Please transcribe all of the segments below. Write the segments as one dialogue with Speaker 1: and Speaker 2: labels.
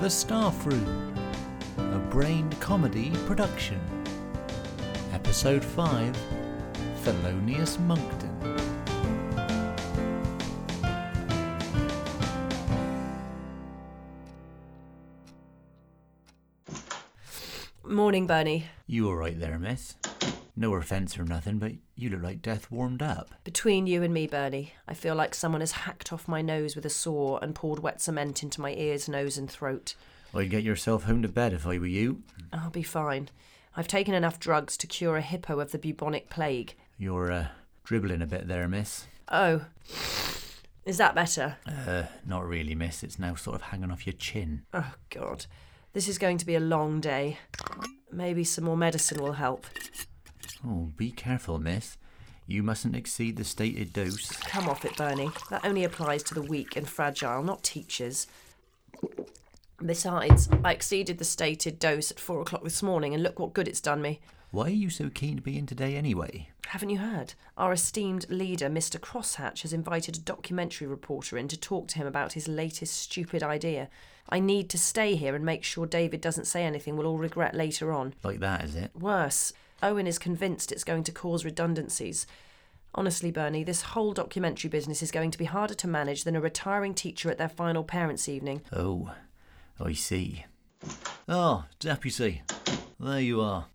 Speaker 1: The Staff Room, a brained comedy production. Episode 5 Felonious Monkton.
Speaker 2: Morning, Bernie.
Speaker 1: You alright there, miss? No offence or nothing, but you look like death warmed up.
Speaker 2: Between you and me, Bernie, I feel like someone has hacked off my nose with a saw and poured wet cement into my ears, nose, and throat.
Speaker 1: I'd get yourself home to bed if I were you.
Speaker 2: I'll be fine. I've taken enough drugs to cure a hippo of the bubonic plague.
Speaker 1: You're uh, dribbling a bit there, miss.
Speaker 2: Oh, is that better?
Speaker 1: Uh, not really, miss. It's now sort of hanging off your chin.
Speaker 2: Oh, God. This is going to be a long day. Maybe some more medicine will help.
Speaker 1: Oh, be careful, miss. You mustn't exceed the stated dose.
Speaker 2: Come off it, Bernie. That only applies to the weak and fragile, not teachers. Besides, I exceeded the stated dose at four o'clock this morning, and look what good it's done me.
Speaker 1: Why are you so keen to be in today anyway?
Speaker 2: Haven't you heard? Our esteemed leader, Mr. Crosshatch, has invited a documentary reporter in to talk to him about his latest stupid idea. I need to stay here and make sure David doesn't say anything we'll all regret later on.
Speaker 1: Like that, is it?
Speaker 2: Worse, Owen is convinced it's going to cause redundancies. Honestly, Bernie, this whole documentary business is going to be harder to manage than a retiring teacher at their final parents' evening.
Speaker 1: Oh, I see. Oh, deputy. There you are.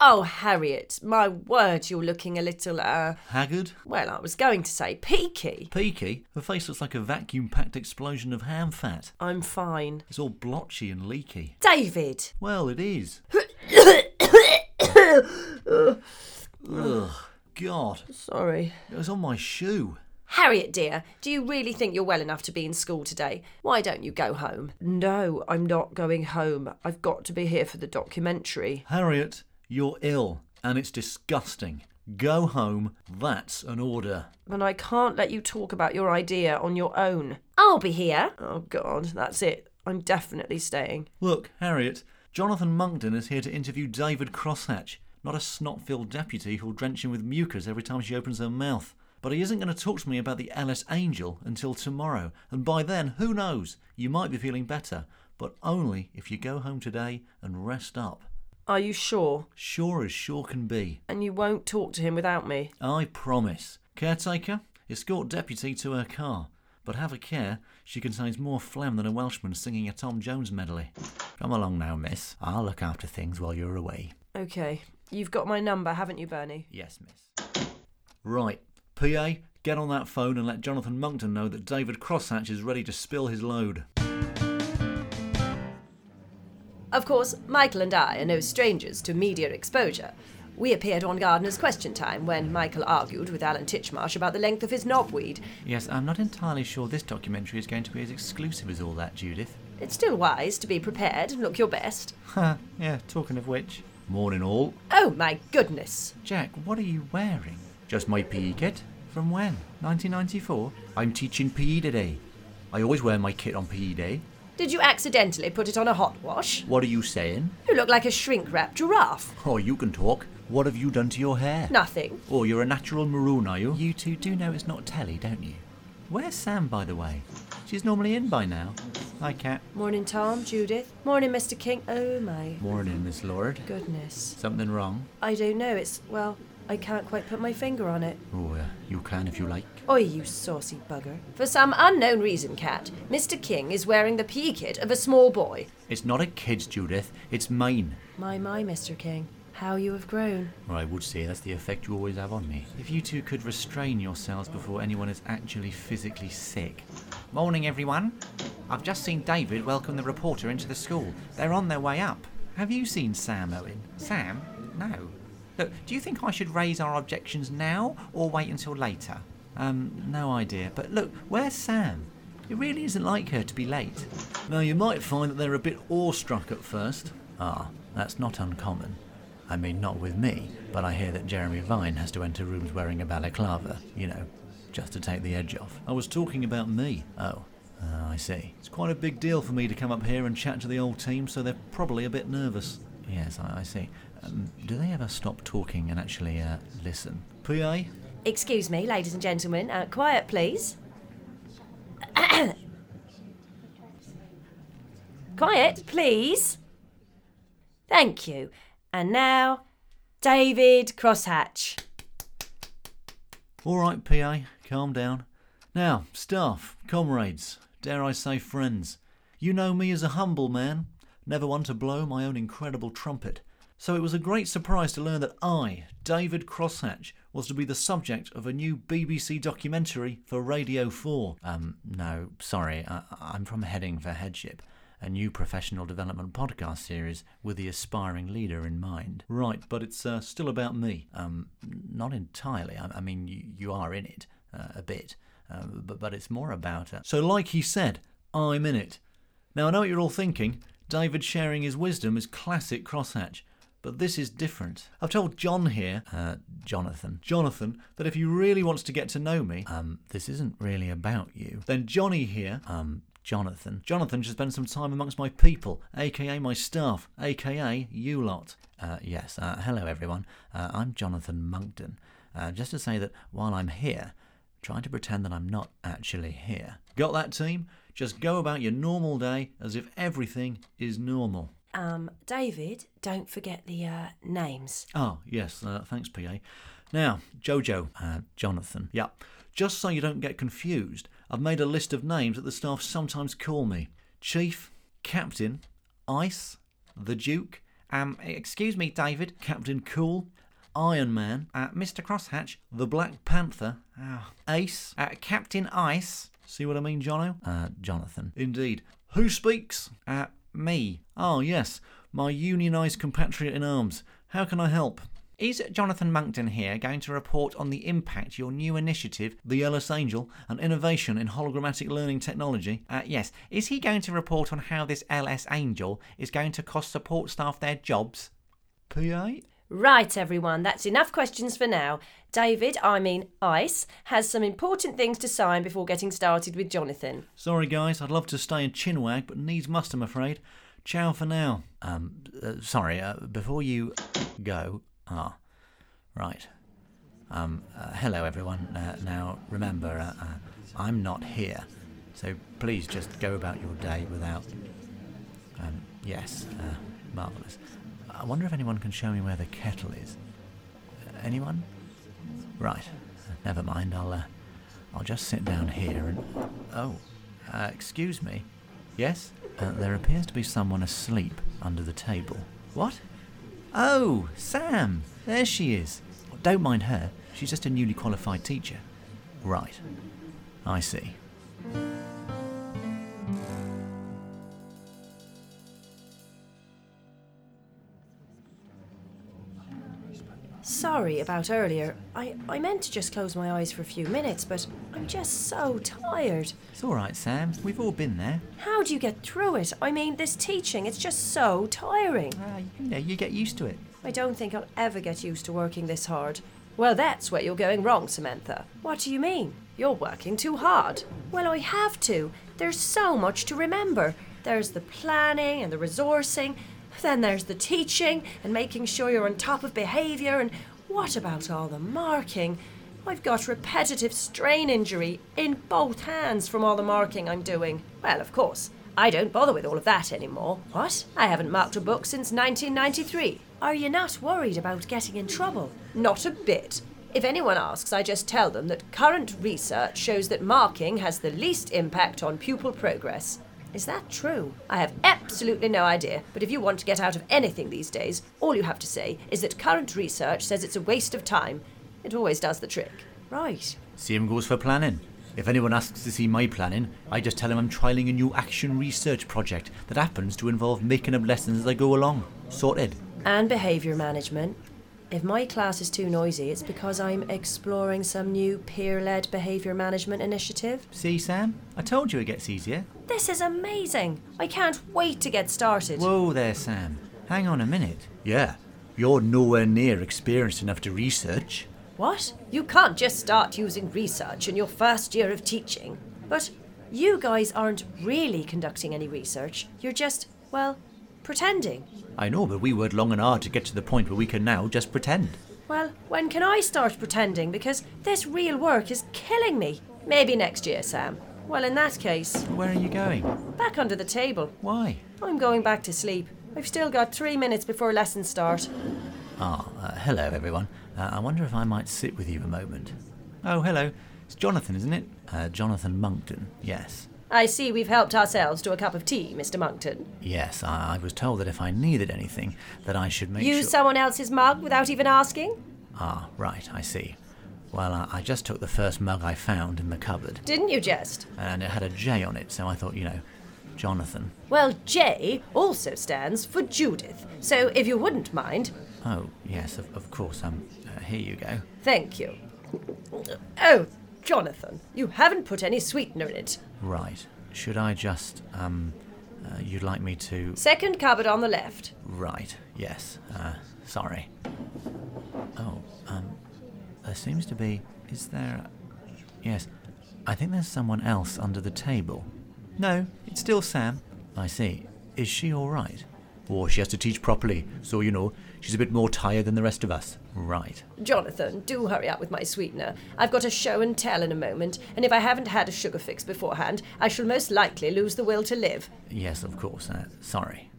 Speaker 2: Oh, Harriet, my word, you're looking a little, uh,
Speaker 1: Haggard?
Speaker 2: well, I was going to say peaky.
Speaker 1: Peaky? Her face looks like a vacuum packed explosion of ham fat.
Speaker 2: I'm fine.
Speaker 1: It's all blotchy and leaky.
Speaker 2: David!
Speaker 1: Well, it is. Ugh, God.
Speaker 2: Sorry.
Speaker 1: It was on my shoe.
Speaker 2: Harriet, dear, do you really think you're well enough to be in school today? Why don't you go home? No, I'm not going home. I've got to be here for the documentary.
Speaker 1: Harriet, you're ill, and it's disgusting. Go home. That's an order.
Speaker 2: But I can't let you talk about your idea on your own. I'll be here. Oh, God, that's it. I'm definitely staying.
Speaker 1: Look, Harriet, Jonathan Monkton is here to interview David Crosshatch, not a snot filled deputy who'll drench him with mucus every time she opens her mouth. But he isn't going to talk to me about the Alice Angel until tomorrow, and by then, who knows, you might be feeling better, but only if you go home today and rest up.
Speaker 2: Are you sure?
Speaker 1: Sure as sure can be.
Speaker 2: And you won't talk to him without me?
Speaker 1: I promise. Caretaker, escort deputy to her car. But have a care, she contains more phlegm than a Welshman singing a Tom Jones medley. Come along now, miss. I'll look after things while you're away.
Speaker 2: Okay. You've got my number, haven't you, Bernie?
Speaker 1: Yes, miss. Right. PA, get on that phone and let Jonathan Monkton know that David Crosshatch is ready to spill his load.
Speaker 2: Of course, Michael and I are no strangers to media exposure. We appeared on Gardener's Question Time when Michael argued with Alan Titchmarsh about the length of his knobweed.
Speaker 1: Yes, I'm not entirely sure this documentary is going to be as exclusive as all that, Judith.
Speaker 2: It's still wise to be prepared and look your best.
Speaker 1: Ha, Uh, yeah, talking of which. Morning all.
Speaker 2: Oh my goodness!
Speaker 1: Jack, what are you wearing? Just my PE kit. From when? 1994? I'm teaching PE today. I always wear my kit on PE day.
Speaker 2: Did you accidentally put it on a hot wash?
Speaker 1: What are you saying?
Speaker 2: You look like a shrink wrapped giraffe.
Speaker 1: Oh, you can talk. What have you done to your hair?
Speaker 2: Nothing.
Speaker 1: Oh, you're a natural maroon, are you? You two do know it's not telly, don't you? Where's Sam, by the way? She's normally in by now. Hi, Cat.
Speaker 2: Morning, Tom, Judith. Morning, Mr. King. Oh my
Speaker 1: Morning, Miss Lord.
Speaker 2: goodness.
Speaker 1: Something wrong?
Speaker 2: I don't know, it's, well, I can't quite put my finger on it.
Speaker 1: Oh, uh, you can if you like.
Speaker 2: Oi, you saucy bugger. For some unknown reason, Cat, Mr. King is wearing the pea kit of a small boy.
Speaker 1: It's not a kid's, Judith. It's mine.
Speaker 2: My, my, Mr. King. How you have grown.
Speaker 1: Or I would say that's the effect you always have on me. If you two could restrain yourselves before anyone is actually physically sick. Morning, everyone. I've just seen David welcome the reporter into the school. They're on their way up. Have you seen Sam, Owen? Sam? No. Look, do you think I should raise our objections now or wait until later? Um, no idea. But look, where's Sam? It really isn't like her to be late. Now, you might find that they're a bit awestruck at first. Ah, that's not uncommon. I mean, not with me, but I hear that Jeremy Vine has to enter rooms wearing a balaclava, you know, just to take the edge off. I was talking about me. Oh, uh, I see. It's quite a big deal for me to come up here and chat to the old team, so they're probably a bit nervous. Yes, I, I see. Um, do they ever stop talking and actually uh, listen? PA?
Speaker 2: Excuse me, ladies and gentlemen. Uh, quiet, please. Quiet, please. Thank you. And now, David Crosshatch.
Speaker 1: All right, PA, calm down. Now, staff, comrades, dare I say friends, you know me as a humble man, never one to blow my own incredible trumpet. So it was a great surprise to learn that I, David Crosshatch, was to be the subject of a new BBC documentary for Radio 4. Um, no, sorry, I- I'm from Heading for Headship, a new professional development podcast series with the aspiring leader in mind. Right, but it's uh, still about me. Um, not entirely. I, I mean, you, you are in it uh, a bit, uh, but, but it's more about. Uh, so, like he said, I'm in it. Now, I know what you're all thinking. David sharing his wisdom is classic crosshatch, but this is different. I've told John here, uh, Jonathan, Jonathan, that if he really wants to get to know me, um, this isn't really about you. Then Johnny here, um, Jonathan, Jonathan should spend some time amongst my people, aka my staff, aka you lot. Uh, yes, uh, hello everyone. Uh, I'm Jonathan Monkton. Uh, just to say that while I'm here, trying to pretend that I'm not actually here. Got that, team? Just go about your normal day as if everything is normal.
Speaker 2: Um, David, don't forget the uh, names.
Speaker 1: Oh, yes, uh, thanks, PA. Now, Jojo, uh, Jonathan. Yeah, just so you don't get confused, I've made a list of names that the staff sometimes call me Chief, Captain, Ice, the Duke, um, excuse me, David, Captain Cool, Iron Man, uh, Mr. Crosshatch, the Black Panther, ah, Ace, uh, Captain Ice. See what I mean, Jono? Uh, Jonathan. Indeed. Who speaks? Uh, me. Oh, yes, my unionised compatriot in arms. How can I help? Is Jonathan Monkton here going to report on the impact your new initiative, the Ellis Angel, an innovation in hologrammatic learning technology? Uh, yes. Is he going to report on how this LS Angel is going to cost support staff their jobs? PA?
Speaker 2: Right, everyone, that's enough questions for now. David, I mean Ice, has some important things to sign before getting started with Jonathan.
Speaker 1: Sorry, guys, I'd love to stay in Chinwag, but needs must, I'm afraid. Ciao for now. Um, uh, sorry, uh, before you go. Ah, right. Um, uh, hello, everyone. Uh, now, remember, uh, uh, I'm not here, so please just go about your day without. Um, yes, uh, marvellous. I wonder if anyone can show me where the kettle is. Uh, anyone? Right. Never mind. I'll uh, I'll just sit down here and. Oh, uh, excuse me. Yes. Uh, there appears to be someone asleep under the table. What? Oh, Sam. There she is. Don't mind her. She's just a newly qualified teacher. Right. I see.
Speaker 2: Sorry about earlier. I, I meant to just close my eyes for a few minutes, but I'm just so tired.
Speaker 1: It's all right, Sam. We've all been there.
Speaker 2: How do you get through it? I mean, this teaching, it's just so tiring.
Speaker 1: Uh, you know, you get used to it.
Speaker 2: I don't think I'll ever get used to working this hard. Well, that's where you're going wrong, Samantha. What do you mean? You're working too hard. Well, I have to. There's so much to remember. There's the planning and the resourcing, then there's the teaching and making sure you're on top of behaviour, and what about all the marking? I've got repetitive strain injury in both hands from all the marking I'm doing. Well, of course, I don't bother with all of that anymore. What? I haven't marked a book since 1993. Are you not worried about getting in trouble? Not a bit. If anyone asks, I just tell them that current research shows that marking has the least impact on pupil progress. Is that true? I have absolutely no idea, but if you want to get out of anything these days, all you have to say is that current research says it's a waste of time. It always does the trick. Right.
Speaker 1: Same goes for planning. If anyone asks to see my planning, I just tell them I'm trialling a new action research project that happens to involve making up lessons as I go along. Sorted.
Speaker 2: and behaviour management. If my class is too noisy, it's because I'm exploring some new peer led behaviour management initiative.
Speaker 1: See, Sam? I told you it gets easier.
Speaker 2: This is amazing! I can't wait to get started.
Speaker 1: Whoa there, Sam. Hang on a minute. Yeah, you're nowhere near experienced enough to research.
Speaker 2: What? You can't just start using research in your first year of teaching. But you guys aren't really conducting any research, you're just, well, pretending.
Speaker 1: I know, but we worked long and hard to get to the point where we can now just pretend.
Speaker 2: Well, when can I start pretending? Because this real work is killing me. Maybe next year, Sam. Well, in that case,
Speaker 1: Where are you going?
Speaker 2: back under the table.
Speaker 1: Why?
Speaker 2: I'm going back to sleep. I've still got three minutes before lessons start.
Speaker 1: Ah, uh, hello, everyone. Uh, I wonder if I might sit with you a moment. Oh, hello. It's Jonathan, isn't it? Uh, Jonathan Monkton. Yes.
Speaker 2: I see we've helped ourselves to a cup of tea, Mr. Monkton.
Speaker 1: Yes, I, I was told that if I needed anything, that I should make
Speaker 2: Use
Speaker 1: sure.
Speaker 2: someone else's mug without even asking?
Speaker 1: ah, right, I see. Well, I, I just took the first mug I found in the cupboard,
Speaker 2: Didn't you just?
Speaker 1: and it had a J on it, so I thought, you know, Jonathan.
Speaker 2: Well, J also stands for Judith, so if you wouldn't mind,
Speaker 1: Oh, yes, of, of course. Um, uh, here you go.
Speaker 2: thank you. Oh, Jonathan, you haven't put any sweetener in it.
Speaker 1: Right. Should I just, um, uh, you'd like me to.
Speaker 2: Second cupboard on the left.
Speaker 1: Right, yes. Uh, sorry. Oh, um, there seems to be. Is there. Yes, I think there's someone else under the table. No, it's still Sam. I see. Is she alright? Or she has to teach properly, so you know, she's a bit more tired than the rest of us. Right.
Speaker 2: Jonathan, do hurry up with my sweetener. I've got a show and tell in a moment, and if I haven't had a sugar fix beforehand, I shall most likely lose the will to live.
Speaker 1: Yes, of course. Uh, sorry.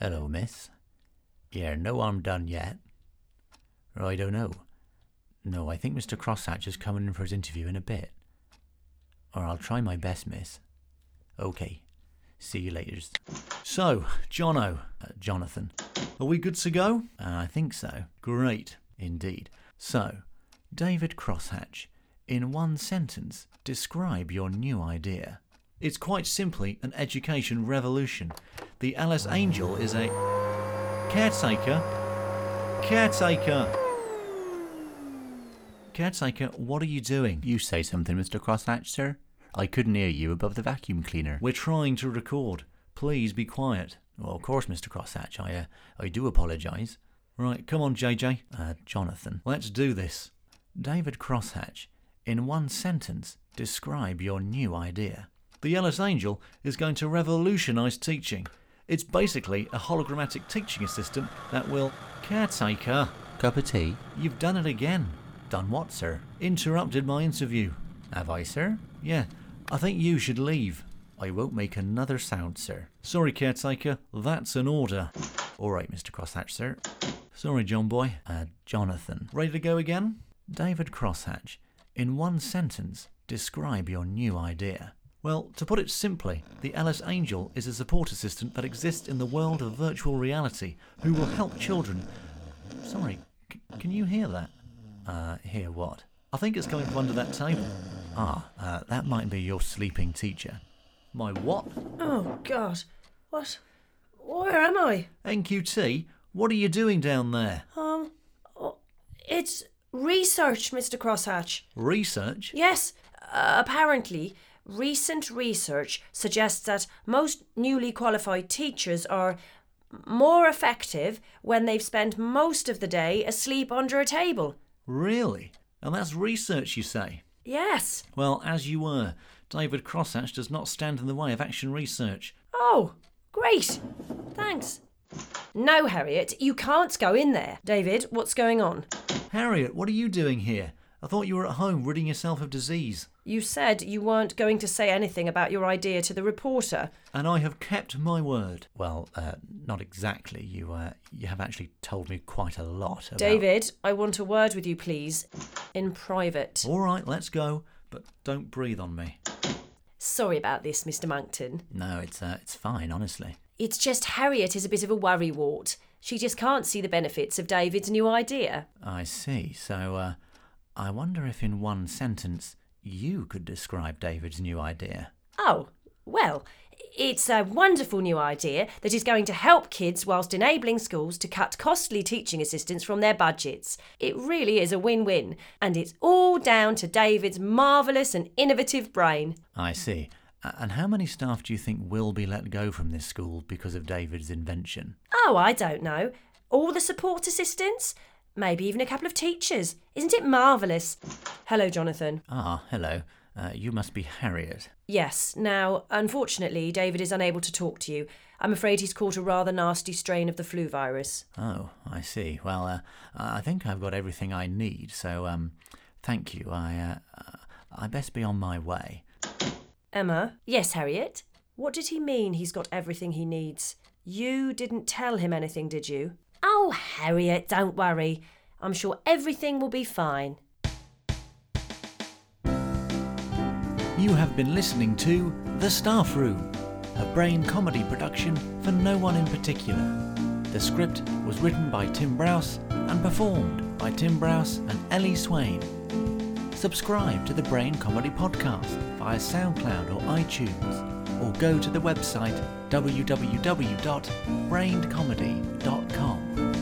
Speaker 1: Hello, miss. Yeah, no, I'm done yet. Or I don't know. No, I think Mr. Crosshatch is coming in for his interview in a bit. Or I'll try my best, miss. Okay. See you later. So, Jono, uh, Jonathan, are we good to go? Uh, I think so. Great, indeed. So, David Crosshatch, in one sentence, describe your new idea. It's quite simply an education revolution. The Alice Angel is a caretaker. Caretaker. Caretaker, what are you doing? You say something, Mr. Crosshatch, sir. I couldn't hear you above the vacuum cleaner. We're trying to record. Please be quiet. Well, of course, Mr. Crosshatch, I, uh, I do apologise. Right, come on, JJ. Uh, Jonathan, let's do this. David Crosshatch, in one sentence, describe your new idea. The Ellis Angel is going to revolutionise teaching. It's basically a hologrammatic teaching assistant that will caretaker. Cup of tea. You've done it again. Done what, sir? Interrupted my interview. Have I, sir? Yeah. I think you should leave. I won't make another sound, sir. Sorry, caretaker. That's an order. All right, Mr. Crosshatch, sir. Sorry, John Boy. Uh, Jonathan. Ready to go again? David Crosshatch, in one sentence, describe your new idea. Well, to put it simply, the Alice Angel is a support assistant that exists in the world of virtual reality who will help children. Sorry, c- can you hear that? Uh, hear what? I think it's coming from under that table. Ah, uh, that might be your sleeping teacher. My what?
Speaker 2: Oh, God. What? Where am I?
Speaker 1: NQT? What are you doing down there?
Speaker 2: Um, oh, it's research, Mr. Crosshatch.
Speaker 1: Research?
Speaker 2: Yes, uh, apparently, recent research suggests that most newly qualified teachers are more effective when they've spent most of the day asleep under a table.
Speaker 1: Really? And that's research, you say?
Speaker 2: Yes.
Speaker 1: Well, as you were, David Crosshatch does not stand in the way of action research.
Speaker 2: Oh, great. Thanks. No, Harriet, you can't go in there. David, what's going on?
Speaker 1: Harriet, what are you doing here? I thought you were at home ridding yourself of disease.
Speaker 2: You said you weren't going to say anything about your idea to the reporter.
Speaker 1: And I have kept my word. Well, uh, not exactly. You, uh, you have actually told me quite a lot. About...
Speaker 2: David, I want a word with you, please. In private.
Speaker 1: All right, let's go, but don't breathe on me.
Speaker 2: Sorry about this, Mr. Monkton.
Speaker 1: No, it's uh, it's fine, honestly.
Speaker 2: It's just Harriet is a bit of a worrywart. She just can't see the benefits of David's new idea.
Speaker 1: I see. So, uh, I wonder if in one sentence you could describe David's new idea.
Speaker 2: Oh, well, it's a wonderful new idea that is going to help kids whilst enabling schools to cut costly teaching assistance from their budgets. It really is a win win, and it's all down to David's marvellous and innovative brain.
Speaker 1: I see. A- And how many staff do you think will be let go from this school because of David's invention?
Speaker 2: Oh, I don't know. All the support assistants? Maybe even a couple of teachers. Isn't it marvellous? Hello, Jonathan.
Speaker 1: Ah, hello. Uh, you must be Harriet.
Speaker 2: Yes. Now, unfortunately, David is unable to talk to you. I'm afraid he's caught a rather nasty strain of the flu virus.
Speaker 1: Oh, I see. Well, uh, I think I've got everything I need, so um, thank you. I, uh, I best be on my way.
Speaker 2: Emma? Yes, Harriet? What did he mean he's got everything he needs? You didn't tell him anything, did you? Oh, Harriet, don't worry. I'm sure everything will be fine.
Speaker 1: You have been listening to The Staff Room, a brain comedy production for no one in particular. The script was written by Tim Browse and performed by Tim Browse and Ellie Swain. Subscribe to the Brain Comedy Podcast via SoundCloud or iTunes, or go to the website www.braincomedy.com.